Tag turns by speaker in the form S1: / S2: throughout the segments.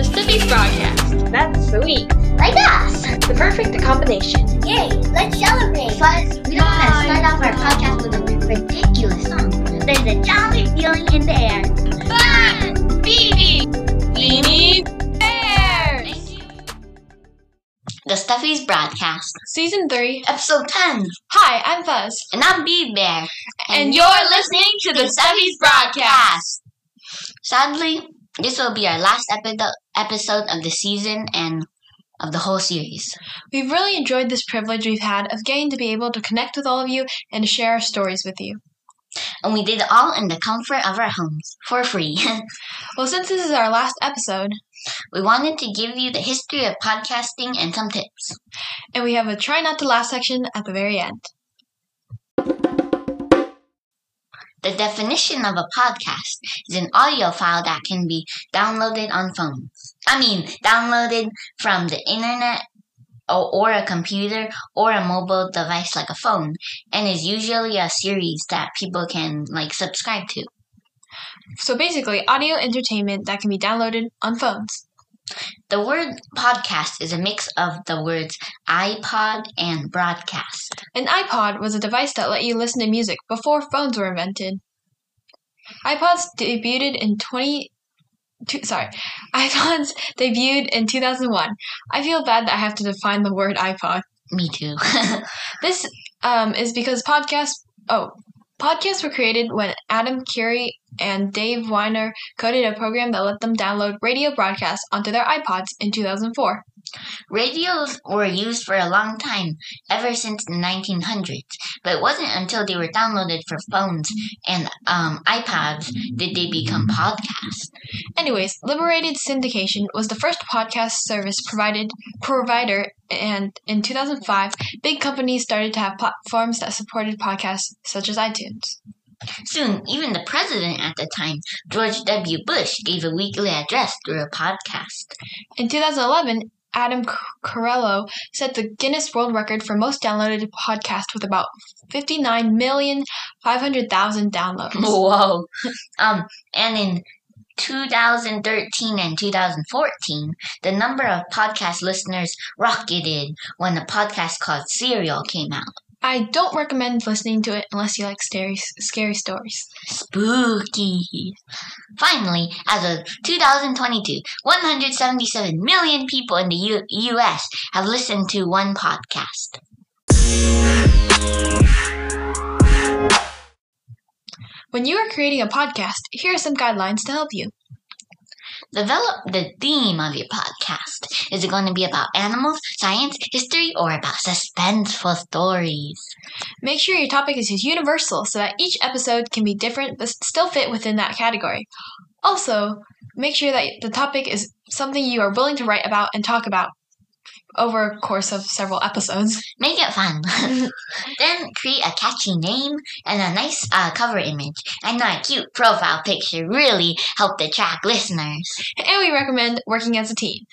S1: space broadcast.
S2: That's sweet.
S3: Like us!
S2: The perfect combination.
S3: Yay! Let's celebrate! Plus, we don't want to start off our podcast with a ridiculous song. There's a jolly feeling in the air.
S1: Fun! Phoebe! We need bears!
S3: The Stuffies Broadcast,
S1: Season 3.
S3: Episode 10.
S1: Hi, I'm Fuzz.
S3: And I'm Bee Bear.
S1: And you're listening to the Stuffies Broadcast.
S3: Sadly, this will be our last epi- episode of the season and of the whole series.
S1: We've really enjoyed this privilege we've had of getting to be able to connect with all of you and to share our stories with you.
S3: And we did it all in the comfort of our homes for free.
S1: Well, since this is our last episode,
S3: we wanted to give you the history of podcasting and some tips.
S1: and we have a try not to laugh section at the very end.
S3: The definition of a podcast is an audio file that can be downloaded on phones. I mean, downloaded from the internet or, or a computer or a mobile device like a phone, and is usually a series that people can like subscribe to.
S1: So basically, audio entertainment that can be downloaded on phones.
S3: The word podcast is a mix of the words iPod and broadcast.
S1: An iPod was a device that let you listen to music before phones were invented. iPods debuted in 20 two- sorry, iPods debuted in 2001. I feel bad that I have to define the word iPod.
S3: Me too.
S1: This um, is because podcasts. Oh, podcasts were created when Adam Curie and Dave Weiner coded a program that let them download radio broadcasts onto their iPods in 2004.
S3: Radios were used for a long time, ever since the 1900s, but it wasn't until they were downloaded for phones and um, iPods did they become podcasts.
S1: Anyways, Liberated Syndication was the first podcast service provided provider, and in 2005, big companies started to have platforms that supported podcasts such as iTunes.
S3: Soon, even the president at the time, George W. Bush, gave a weekly address through a podcast.
S1: In 2011, Adam C- Carello set the Guinness World Record for most downloaded podcast with about 59,500,000 downloads.
S3: Whoa. Um, and in 2013 and 2014, the number of podcast listeners rocketed when a podcast called Serial came out.
S1: I don't recommend listening to it unless you like scary, scary stories.
S3: Spooky. Finally, as of 2022, 177 million people in the U- US have listened to one podcast.
S1: When you are creating a podcast, here are some guidelines to help you.
S3: Develop the theme of your podcast. Is it going to be about animals, science, history, or about suspenseful stories?
S1: Make sure your topic is universal so that each episode can be different but still fit within that category. Also, make sure that the topic is something you are willing to write about and talk about over a course of several episodes.
S3: Make it fun. then create a catchy name and a nice uh, cover image. I know a cute profile picture really helped attract listeners.
S1: And we recommend working as a team.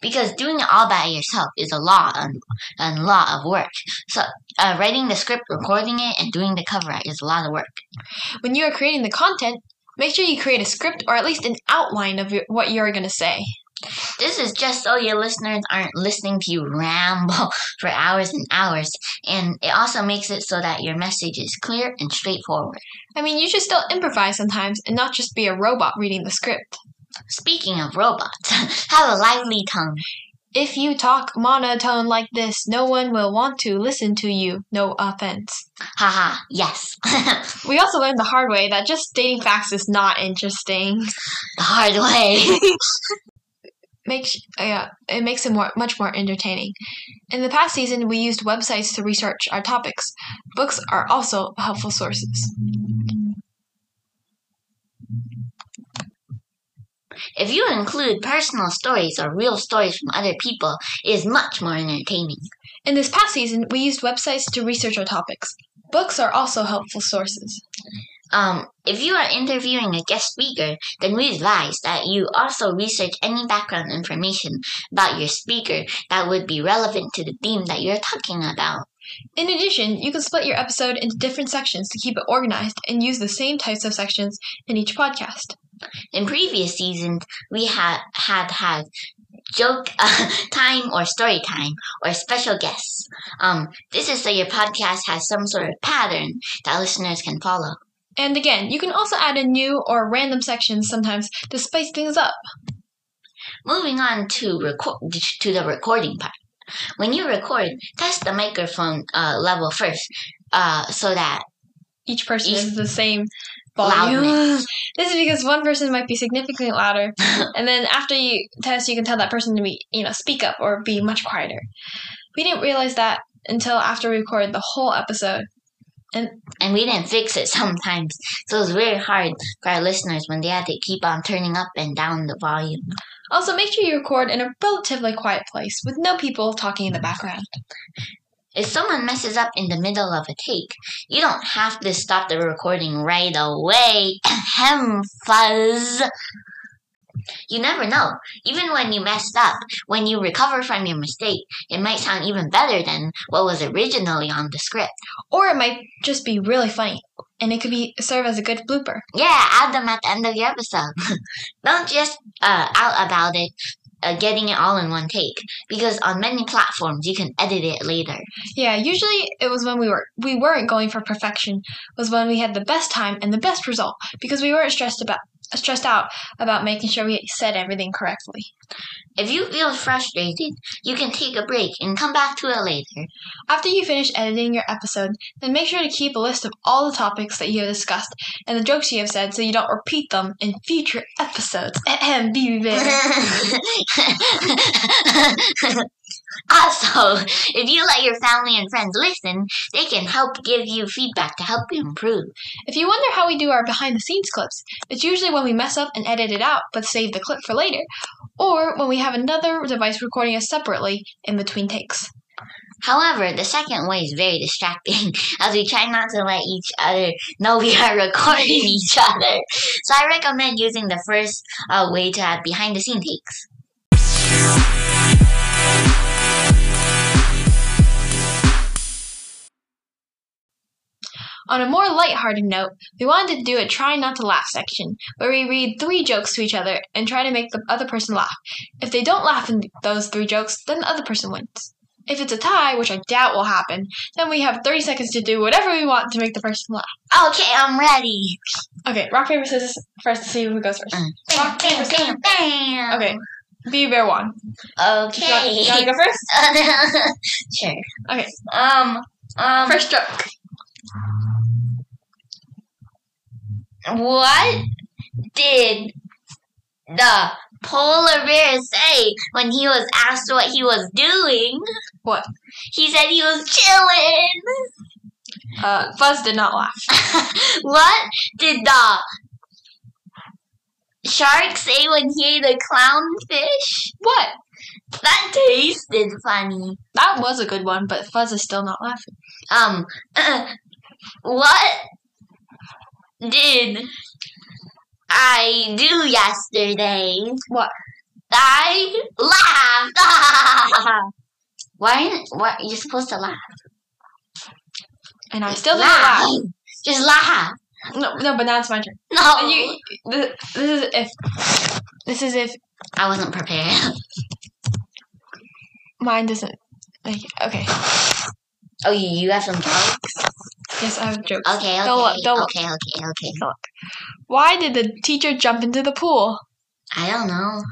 S3: because doing it all by yourself is a lot and a lot of work. So uh, writing the script, recording it, and doing the cover art is a lot of work.
S1: When you are creating the content, make sure you create a script or at least an outline of your, what you're going to say.
S3: This is just so your listeners aren't listening to you ramble for hours and hours, and it also makes it so that your message is clear and straightforward.
S1: I mean, you should still improvise sometimes and not just be a robot reading the script.
S3: Speaking of robots, have a lively tongue.
S1: If you talk monotone like this, no one will want to listen to you. No offense.
S3: Haha, yes. the
S1: We also learned the hard way that just stating facts is not interesting.
S3: hard way.
S1: Makes yeah, it makes it more much more entertaining. In the past season, we used websites to research our topics. Books are also helpful sources.
S3: if you include personal stories or real stories from other people, it is much more entertaining.
S1: In this past season, we used websites to research our topics. Books are also helpful sources.
S3: Um, if you are interviewing a guest speaker, then we advise that you also research any background information about your speaker that would be relevant to the theme that you're talking about.
S1: In addition, you can split your episode into different sections to keep it organized and use the same types of sections in each podcast.
S3: In previous seasons, we ha- had had joke uh, time or story time or special guests. Um, this is so your podcast has some sort of pattern that listeners can follow.
S1: And again, you can also add in new or random sections sometimes to spice things up.
S3: Moving on to record to the recording part. When you record, test the microphone uh, level first, uh, so that
S1: Each person
S3: Each-
S1: is the same volume.
S3: loudness.
S1: This is because one person might be significantly louder, and then after you test, you can tell that person to be, you know, speak up or be much quieter. We didn't realize that until after we recorded the whole episode.
S3: And we didn't fix it sometimes, so it was very hard for our listeners when they had to keep on turning up and down the volume.
S1: Also, make sure you record in a relatively quiet place with no people talking in the background.
S3: If someone messes up in the middle of a take, you don't have to stop the recording right away. Ahem, fuzz. You never know. Even when you messed up, when you recover from your mistake, it might sound even better than what was originally on the script.
S1: Or it might just be really funny, and it could be serve as a good blooper.
S3: Yeah, add them at the end of your episode. Don't just uh, out about it, uh, getting it all in one take, because on many platforms you can edit it later.
S1: Yeah, usually it was when we were we weren't going for perfection was when we had the best time and the best result because we weren't stressed about stressed out about making sure we said everything correctly.
S3: If you feel frustrated, you can take a break and come back to it later.
S1: After you finish editing your episode, then make sure to keep a list of all the topics that you have discussed and the jokes you have said so you don't repeat them in future episodes. Ahem, baby bear.
S3: also, if you let your family and friends listen, they can help give you feedback to help you improve.
S1: If you wonder how we do our behind the scenes clips, it's usually when we mess up and edit it out but save the clip for later, or when we have another device recording us separately in between takes.
S3: However, the second way is very distracting as we try not to let each other know we are recording each other. So I recommend using the first uh, way to have behind the scene takes.
S1: On a more lighthearted note, we wanted to do a try not to laugh section, where we read three jokes to each other and try to make the other person laugh. If they don't laugh in those three jokes, then the other person wins. If it's a tie, which I doubt will happen, then we have 30 seconds to do whatever we want to make the person laugh.
S3: Okay, I'm ready.
S1: Okay, rock, paper, scissors first to see who goes first.
S3: Mm.
S1: Rock,
S3: Bam,
S1: paper,
S3: bam,
S1: scissors.
S3: bam, bam.
S1: Okay, be bear one. You want, you want to
S3: Okay.
S1: go first?
S3: sure.
S1: Okay.
S3: Um. Um.
S1: First joke.
S3: What did the polar bear say when he was asked what he was doing?
S1: What?
S3: He said he was chilling.
S1: Uh, Fuzz did not laugh.
S3: what did the shark say when he ate a clownfish?
S1: What?
S3: That tasted funny.
S1: That was a good one, but Fuzz is still not laughing.
S3: Um, what did I do yesterday?
S1: What?
S3: I laughed. Why? What? You're supposed to laugh.
S1: And I still didn't laugh.
S3: Just laugh.
S1: No, no, but now it's my turn.
S3: No,
S1: And you,
S3: Oh.
S1: this, this is if this is if
S3: I wasn't prepared.
S1: mine doesn't. Like, okay,
S3: Oh, you, you have some jokes?
S1: yes, I have jokes.
S3: Okay, okay.
S1: Don't look, don't look.
S3: okay, okay, okay.
S1: Why did the teacher jump into the pool?
S3: I don't know.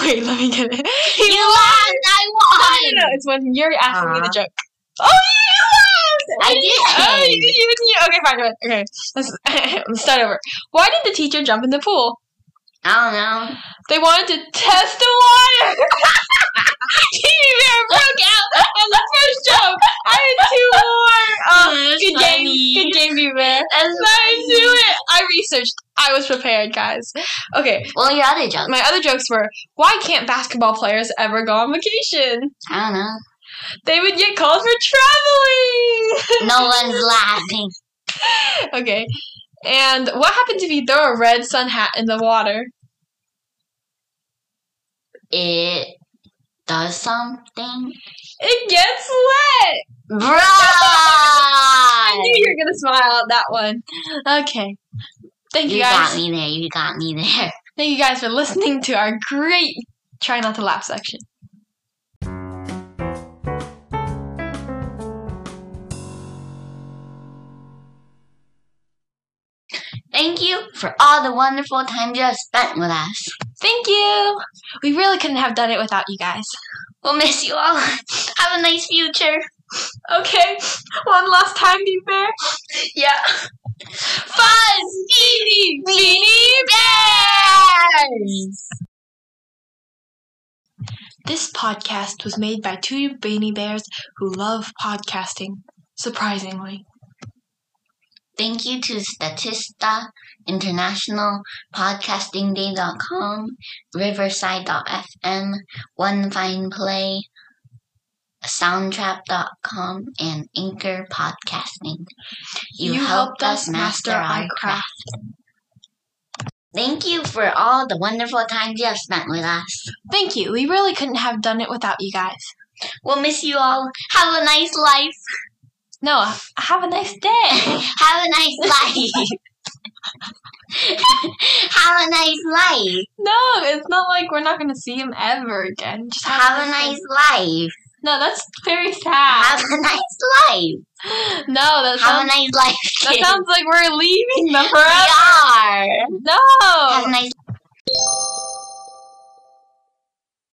S1: Wait, let me get it.
S3: You laughed! I
S1: No, no,
S3: won!
S1: no, it's when you're asking me
S3: Uh-huh.
S1: the joke. Oh, you laughed!
S3: I
S1: Oh, you,
S3: did!
S1: you, you. Okay, fine, fine. Okay, let's, let's start over. Why did the teacher jump in the pool?
S3: I don't know.
S1: They wanted to test the water. He broke out on the first joke. I had two more.
S3: Oh,
S1: Oh,
S3: that's
S1: good
S3: funny.
S1: game, good game, you bear.
S3: That's
S1: Let's do it. I researched. I was prepared, guys. Okay,
S3: Well, your other jokes.
S1: my other jokes were why can't basketball players ever go on vacation?
S3: I don't know.
S1: They would get called for traveling.
S3: No one's laughing.
S1: okay, and what happens if you throw a red sun hat in the water?
S3: It does something.
S1: It gets wet.
S3: Bro!
S1: I knew you were gonna smile at that one. Okay. Thank you,
S3: You
S1: guys.
S3: got me there. You got me there.
S1: Thank you guys for listening to our great try not to laugh section.
S3: Thank you for all the wonderful time you have spent with us.
S1: Thank you. We really couldn't have done it without you guys.
S3: We'll miss you all. Have a nice future.
S1: Okay, one last time, Bean Bear.
S3: Yeah.
S1: Fuzz, Beanie, Beanie Bears. This podcast was made by two Beanie Bears who love podcasting. Surprisingly.
S3: Thank you to Statista International, PodcastingDay.com, Riverside.fm, One Fine Play, Soundtrap.com, and Anchor Podcasting. You, helped, us master our craft. Thank you for all the wonderful times you have spent with us.
S1: Thank you. We really couldn't have done it without you guys.
S3: We'll miss you all. Have a nice life.
S1: Noah, have a nice day.
S3: Have a nice life. Have a nice life.
S1: no, it's not like we're not going to see him ever again. Just have,
S3: Have a nice life.
S1: No, that's very sad.
S3: Have a nice life.
S1: no, that
S3: Have a
S1: sounds,
S3: nice life.
S1: that
S3: kid.
S1: sounds like we're leaving them
S3: we
S1: forever.
S3: are.
S1: No.
S3: Have a nice